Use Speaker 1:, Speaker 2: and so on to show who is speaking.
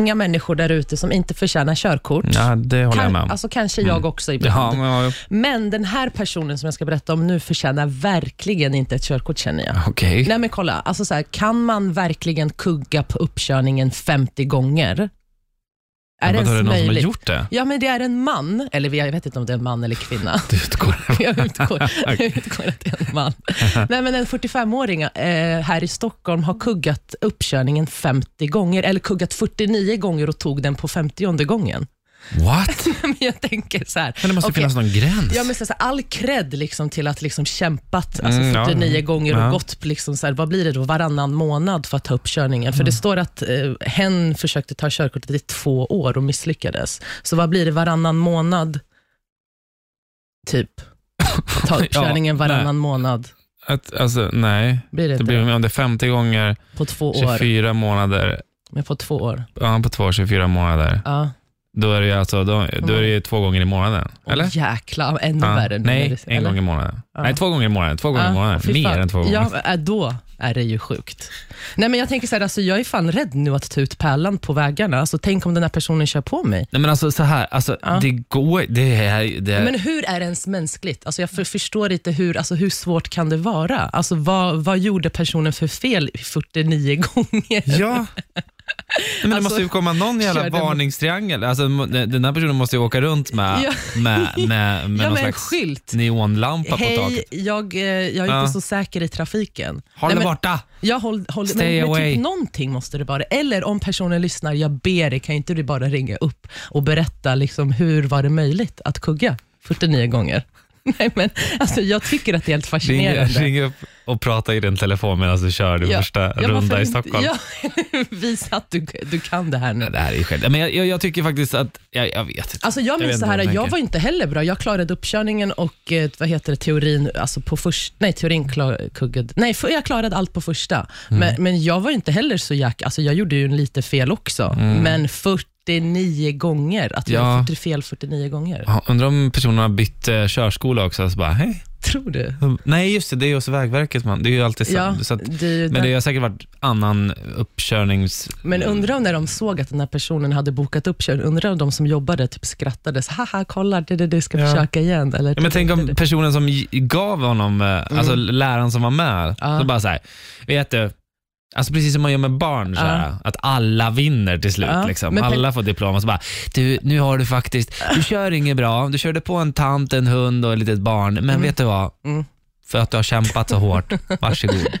Speaker 1: många människor där ute som inte förtjänar körkort.
Speaker 2: Ja, det håller jag med om. Mm.
Speaker 1: alltså kanske jag också
Speaker 2: Ja,
Speaker 1: ibland.
Speaker 2: men, ja,
Speaker 1: Men den här personen som jag ska berätta om nu förtjänar verkligen inte ett körkort känner jag.
Speaker 2: okej.
Speaker 1: Nej men kolla, alltså så här, kan man verkligen kugga på uppkörningen 50 gånger? Är det ens
Speaker 2: Vadå, är det någon som har
Speaker 1: möjligt?
Speaker 2: gjort det?
Speaker 1: Ja men det är en man, eller jag vet inte om det är en man eller kvinna.
Speaker 2: Det utgår
Speaker 1: Jag utgår, jag utgår att det är en man. Nej, men en 45-åring eh, här i Stockholm har kuggat uppkörningen 50 gånger, eller kuggat 49 gånger och tog den på 50 gången.
Speaker 2: What?
Speaker 1: Men jag tänker så här.
Speaker 2: Men det måste
Speaker 1: okej.
Speaker 2: finnas någon gräns.
Speaker 1: Ja, men så här, all cred liksom till att liksom kämpat alltså
Speaker 2: Mm, ja.
Speaker 1: 49 gånger och
Speaker 2: Ja.
Speaker 1: gått liksom så här, vad blir det då, varannan månad för att ta upp körningen. För det
Speaker 2: Mm.
Speaker 1: står att eh, hen försökte ta körkortet i två år och misslyckades. Så vad blir det varannan månad? Typ. Ta upp
Speaker 2: Ja,
Speaker 1: körningen
Speaker 2: nej.
Speaker 1: varannan månad.
Speaker 2: Att, alltså, nej.
Speaker 1: Blir det,
Speaker 2: Det
Speaker 1: inte
Speaker 2: blir, om det är 50 gånger
Speaker 1: på två år.
Speaker 2: 24 månader,
Speaker 1: Men på två år.
Speaker 2: ja, på två år 24 månader,
Speaker 1: Ja.
Speaker 2: då är det ju alltså, då, då är det ju två gånger i månaden.
Speaker 1: Åh,
Speaker 2: Eller?
Speaker 1: Jäklar, ännu
Speaker 2: Ja.
Speaker 1: Mm. värre. nu när
Speaker 2: Nej,
Speaker 1: det-
Speaker 2: en
Speaker 1: eller?
Speaker 2: gång i månaden.
Speaker 1: Ja.
Speaker 2: Nej, två gånger i månaden. Två gånger i
Speaker 1: Ja,
Speaker 2: månaden.
Speaker 1: fy
Speaker 2: Mer
Speaker 1: fan.
Speaker 2: än två gånger.
Speaker 1: Ja, äh, då är det ju sjukt. Nej, men jag tänker så här, alltså, jag är fan rädd nu att ta ut pärlan på vägarna. Alltså, tänk om den här personen kör på mig.
Speaker 2: Nej, men alltså så här, alltså,
Speaker 1: Ja.
Speaker 2: det går det är, det är,
Speaker 1: Men hur är det ens mänskligt? Alltså, jag för, förstår inte hur, alltså, hur svårt kan det vara? Alltså, vad, vad gjorde personen för fel 49 gånger?
Speaker 2: Ja. Nej, Men det
Speaker 1: Alltså,
Speaker 2: måste ju komma någon jävla
Speaker 1: kör den-
Speaker 2: varningstriangel. Alltså, må- den här personen måste ju åka runt med,
Speaker 1: Ja.
Speaker 2: med, med, med
Speaker 1: Ja,
Speaker 2: någon
Speaker 1: med en
Speaker 2: slags
Speaker 1: skylt.
Speaker 2: neonlampa på
Speaker 1: Hej,
Speaker 2: taket.
Speaker 1: jag, eh, jag är
Speaker 2: Ja.
Speaker 1: inte så säker i trafiken.
Speaker 2: Håll
Speaker 1: Nej,
Speaker 2: dig
Speaker 1: men-
Speaker 2: borta!
Speaker 1: Jag håll, håll,
Speaker 2: Stay
Speaker 1: men, men
Speaker 2: away.
Speaker 1: typ någonting måste det vara. Eller om personen lyssnar, jag ber dig, kan inte du bara ringa upp och berätta liksom, hur var det möjligt att kugga 49 gånger? Nej, men, alltså, jag tycker att det är helt
Speaker 2: Ring,
Speaker 1: fascinerande.
Speaker 2: ring upp och prata i din telefon medan du kör din
Speaker 1: Ja,
Speaker 2: första
Speaker 1: ja, varför
Speaker 2: runda i
Speaker 1: inte?
Speaker 2: Stockholm.
Speaker 1: Ja, visa att du, du kan det här nu.
Speaker 2: Det här är ju själv. Men jag, jag, jag tycker faktiskt att, jag, jag vet inte.
Speaker 1: Alltså jag
Speaker 2: vet
Speaker 1: minns
Speaker 2: inte
Speaker 1: så här,
Speaker 2: vad de
Speaker 1: jag,
Speaker 2: tänker.
Speaker 1: var inte heller bra. Jag klarade uppkörningen och eh, vad heter det, teorin alltså på först, Nej, teorin klar, kuggade... Nej, för, jag klarade allt på första.
Speaker 2: Mm.
Speaker 1: Men, men jag var inte heller så jack... Alltså jag gjorde ju en lite fel också, men 49 gånger. Att
Speaker 2: Mm. Ja.
Speaker 1: jag gjorde fel 49 gånger.
Speaker 2: Ja, Undrar om personerna har bytt eh, körskola också. Så bara, hej.
Speaker 1: Tror du?
Speaker 2: Nej, just det, det är ju hos Vägverket. Man. Det är ju alltid så.
Speaker 1: Ja,
Speaker 2: så att,
Speaker 1: det är ju
Speaker 2: men
Speaker 1: där-
Speaker 2: det har säkert varit annan uppkörnings...
Speaker 1: Men undrar om när de såg att den här personen hade bokat upp kör, undrar om de som jobbade typ skrattade, så, haha kolla, det, det, det ska
Speaker 2: Ja.
Speaker 1: försöka igen. Eller, typ- Mm.
Speaker 2: Ja, men tänk om personen som gi- gav honom, eh, alltså läraren som var med,
Speaker 1: Ja.
Speaker 2: så bara så här, vet du, Alltså precis som man gör med barn, så här, att alla vinner till slut.
Speaker 1: Ja,
Speaker 2: Liksom.
Speaker 1: men tänk-
Speaker 2: Alla får diplom och så bara, du, nu har du faktiskt, du kör inget bra, du körde på en tant, en hund och ett litet barn, men vet du vad?
Speaker 1: Mm.
Speaker 2: För att du har kämpat så hårt, varsågod.